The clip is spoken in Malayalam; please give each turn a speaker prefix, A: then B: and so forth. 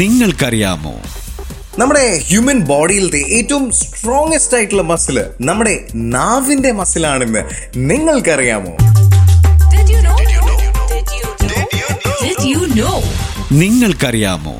A: നിങ്ങൾക്കറിയാമോ
B: നമ്മുടെ ഹ്യൂമൻ ബോഡിയിലത്തെ ഏറ്റവും സ്ട്രോങ്സ്റ്റ് ആയിട്ടുള്ള മസിൽ നമ്മുടെ നാവിന്റെ മസിലാണെന്ന് നിങ്ങൾക്കറിയാമോ
C: Did you know? Did you know? Did you know?
A: നിങ്ങൾക്കറിയാമോ